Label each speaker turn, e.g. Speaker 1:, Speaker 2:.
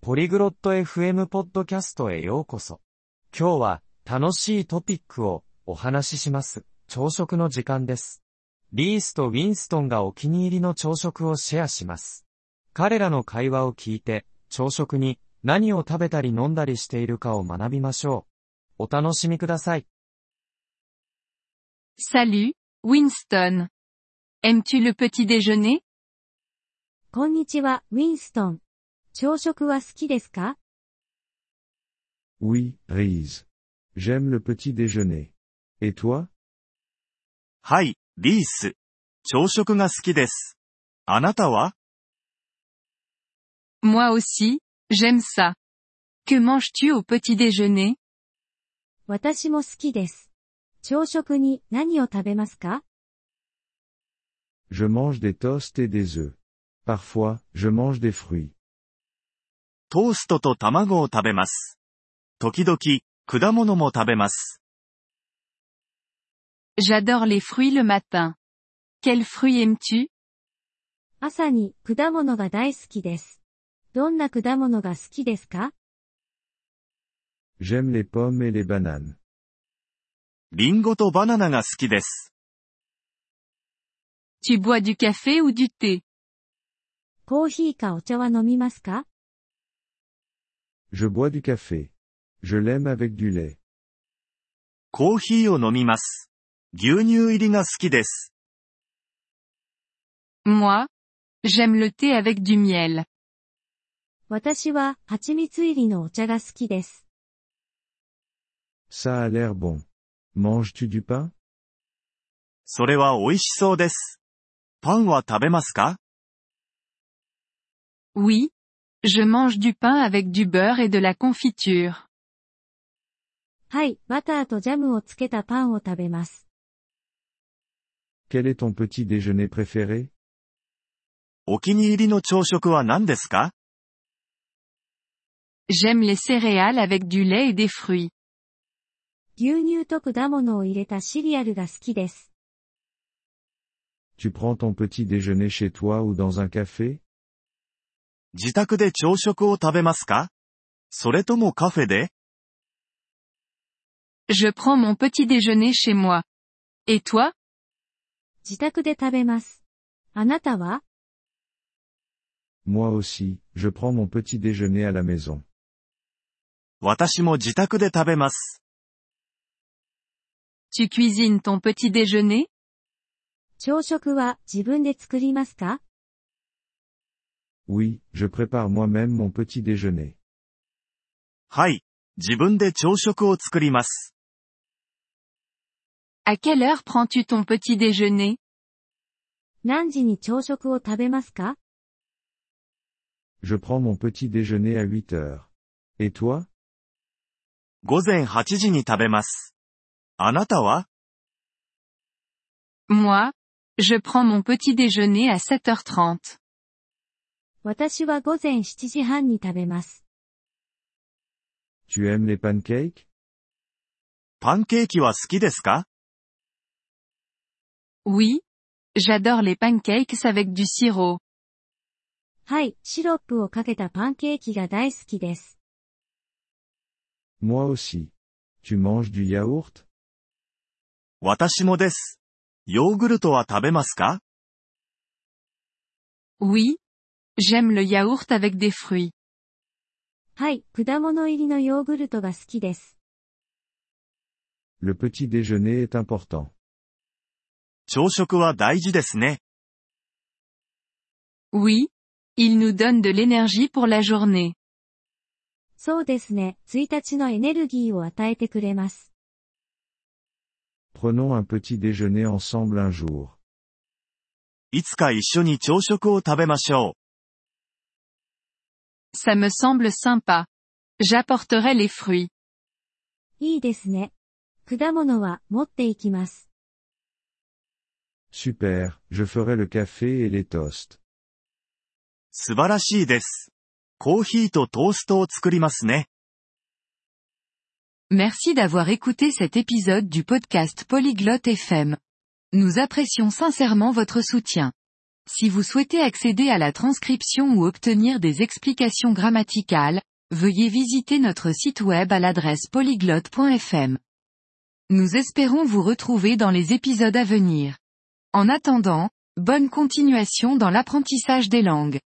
Speaker 1: ポリグロット FM ポッドキャストへようこそ。今日は楽しいトピックをお話しします。朝食の時間です。リースとウィンストンがお気に入りの朝食をシェアします。彼らの会話を聞いて、朝食に何を食べたり飲んだりしているかを学びましょう。お楽しみください。
Speaker 2: Salut, Winston. Aimes-tu le petit déjeuner?
Speaker 3: こんにちは、ウィンストン。朝食は好きですか
Speaker 4: Oui, Reese. J'aime le petit déjeuner. Et toi?
Speaker 5: はい、リース。朝食が好きです。あなたは
Speaker 2: Moi aussi, j'aime ça. Que manges-tu au petit déjeuner?
Speaker 3: 私も好きです。朝食に何を食べますか
Speaker 4: Je mange des toasts et des œufs. Parfois, je mange des fruits.
Speaker 5: トーストと卵を食べます。時々、果物も食べます。
Speaker 2: J'adore les fruits le matin. Quel fruit aimes-tu?
Speaker 3: 朝に果物が大好きです。どんな果物が好きですか
Speaker 4: J'aime les pommes et les bananes.
Speaker 5: リンゴとバナナが好きです。
Speaker 2: Tu bois du café ou du thé?
Speaker 3: コーヒーかお茶は飲みますか
Speaker 4: Je bois du café. Je l'aime avec du lait.
Speaker 5: コーヒーを飲みます。牛乳入りが好きです。
Speaker 2: Moi, j'aime le thé avec du miel.
Speaker 3: 私は蜂蜜入りのお茶が好きです。
Speaker 4: Ça a l'air bon. Manges-tu du pain?
Speaker 5: それは美味しそうです。パンは食べますか
Speaker 2: Oui, Je mange du pain avec du beurre et de la confiture.
Speaker 3: はい、バターとジャムをつけたパンを食べます。
Speaker 4: Quel est ton petit déjeuner préféré?
Speaker 5: お気に入りの朝食は何ですか
Speaker 2: J'aime les céréales avec du lait et des fruits.
Speaker 3: 牛乳と果物を入れたシリアルが好きです。
Speaker 4: Tu prends ton petit déjeuner chez toi ou dans un café?
Speaker 5: 自宅で朝食を食べますかそれともカフェで
Speaker 2: Je prends mon petit déjeuner chez moi. Et toi?
Speaker 3: 自宅で食べます。あなたは
Speaker 4: Moi aussi, je prends mon petit déjeuner à la maison.
Speaker 5: 私も自宅で食べます。
Speaker 2: Tu cuisines ton petit déjeuner?
Speaker 3: 朝食は自分で作りますか
Speaker 4: Oui, je prépare moi-même mon petit déjeuner.
Speaker 5: はい、自分で朝食を作ります。
Speaker 2: À quelle heure prends-tu ton petit déjeuner?
Speaker 3: 何時に朝食を食べますか
Speaker 4: Je prends mon petit déjeuner à 8 heures. Et toi?
Speaker 5: 午前8時に食べます。あなたは
Speaker 2: Moi, je prends mon petit déjeuner à 7h30.
Speaker 3: 私は午前7時半に食べます。
Speaker 4: Tu aimes les pancakes?
Speaker 5: パンケーキは好きですか
Speaker 2: Oui, j'adore les pancakes avec du sirop.
Speaker 3: はい、シロップをかけたパンケーキが大好きです。
Speaker 4: Moi aussi. Tu manges du yaourt?
Speaker 5: 私もです。ヨーグルトは食べますか
Speaker 2: Oui, J'aime le yaourt avec des fruits.
Speaker 3: はい、果物入りのヨーグルトが好きです。
Speaker 4: Le petit déjeuner est important.
Speaker 5: 朝食は大事ですね。
Speaker 2: Oui, il nous donne de l'énergie pour la journée.
Speaker 3: そうですね、1日のエネルギーを与えてくれます。
Speaker 4: Prenons un petit déjeuner ensemble un jour.
Speaker 5: いつか一緒に朝食を食べましょう。
Speaker 2: Ça me semble sympa. J'apporterai les fruits.
Speaker 3: いいですね。果物は持っていきます。
Speaker 4: Super, je ferai le café et les toasts.
Speaker 5: 素晴らしいです。コーヒーとトーストを作りますね。
Speaker 2: Merci d'avoir écouté cet épisode du podcast Polyglotte FM. Nous apprécions sincèrement votre soutien. Si vous souhaitez accéder à la transcription ou obtenir des explications grammaticales, veuillez visiter notre site web à l'adresse polyglotte.fm. Nous espérons vous retrouver dans les épisodes à venir. En attendant, bonne continuation dans l'apprentissage des langues.